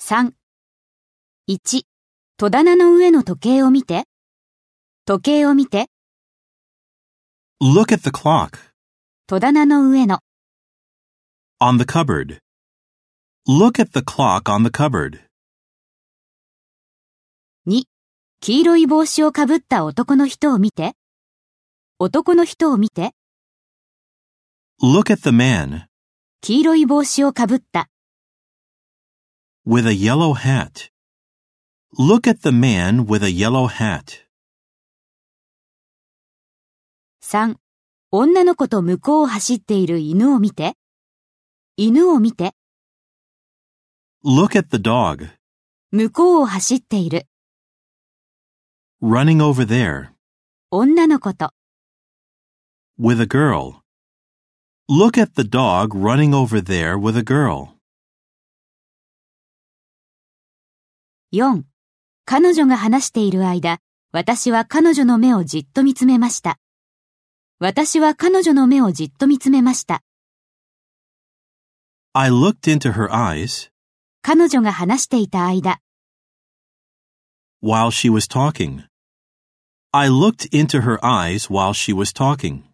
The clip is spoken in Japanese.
3。1、戸棚の上の時計を見て。時計を見て、 Look at the clock. 戸棚の上の。 On the cupboard. Look at the clock on the cupboard. 2、黄色い帽子をかぶった男の人を見て。男の人を見て、 Look at the man. 黄色い帽子をかぶった。 With a yellow hat. Look at the man with a yellow hat. 3、女の子と向こうを走っている犬を見て。犬を見て、 Look at the dog. 向こうを走っている。 Running over there. 女の子と、 With a girl. Look at the dog running over there with a girl. 4. 彼女が話している間、私は彼女の目をじっと見つめました。私は彼女の目をじっと見つめました。 I looked into her eyes 彼女が話していた間、 while she was talking. I looked into her eyes while she was talking.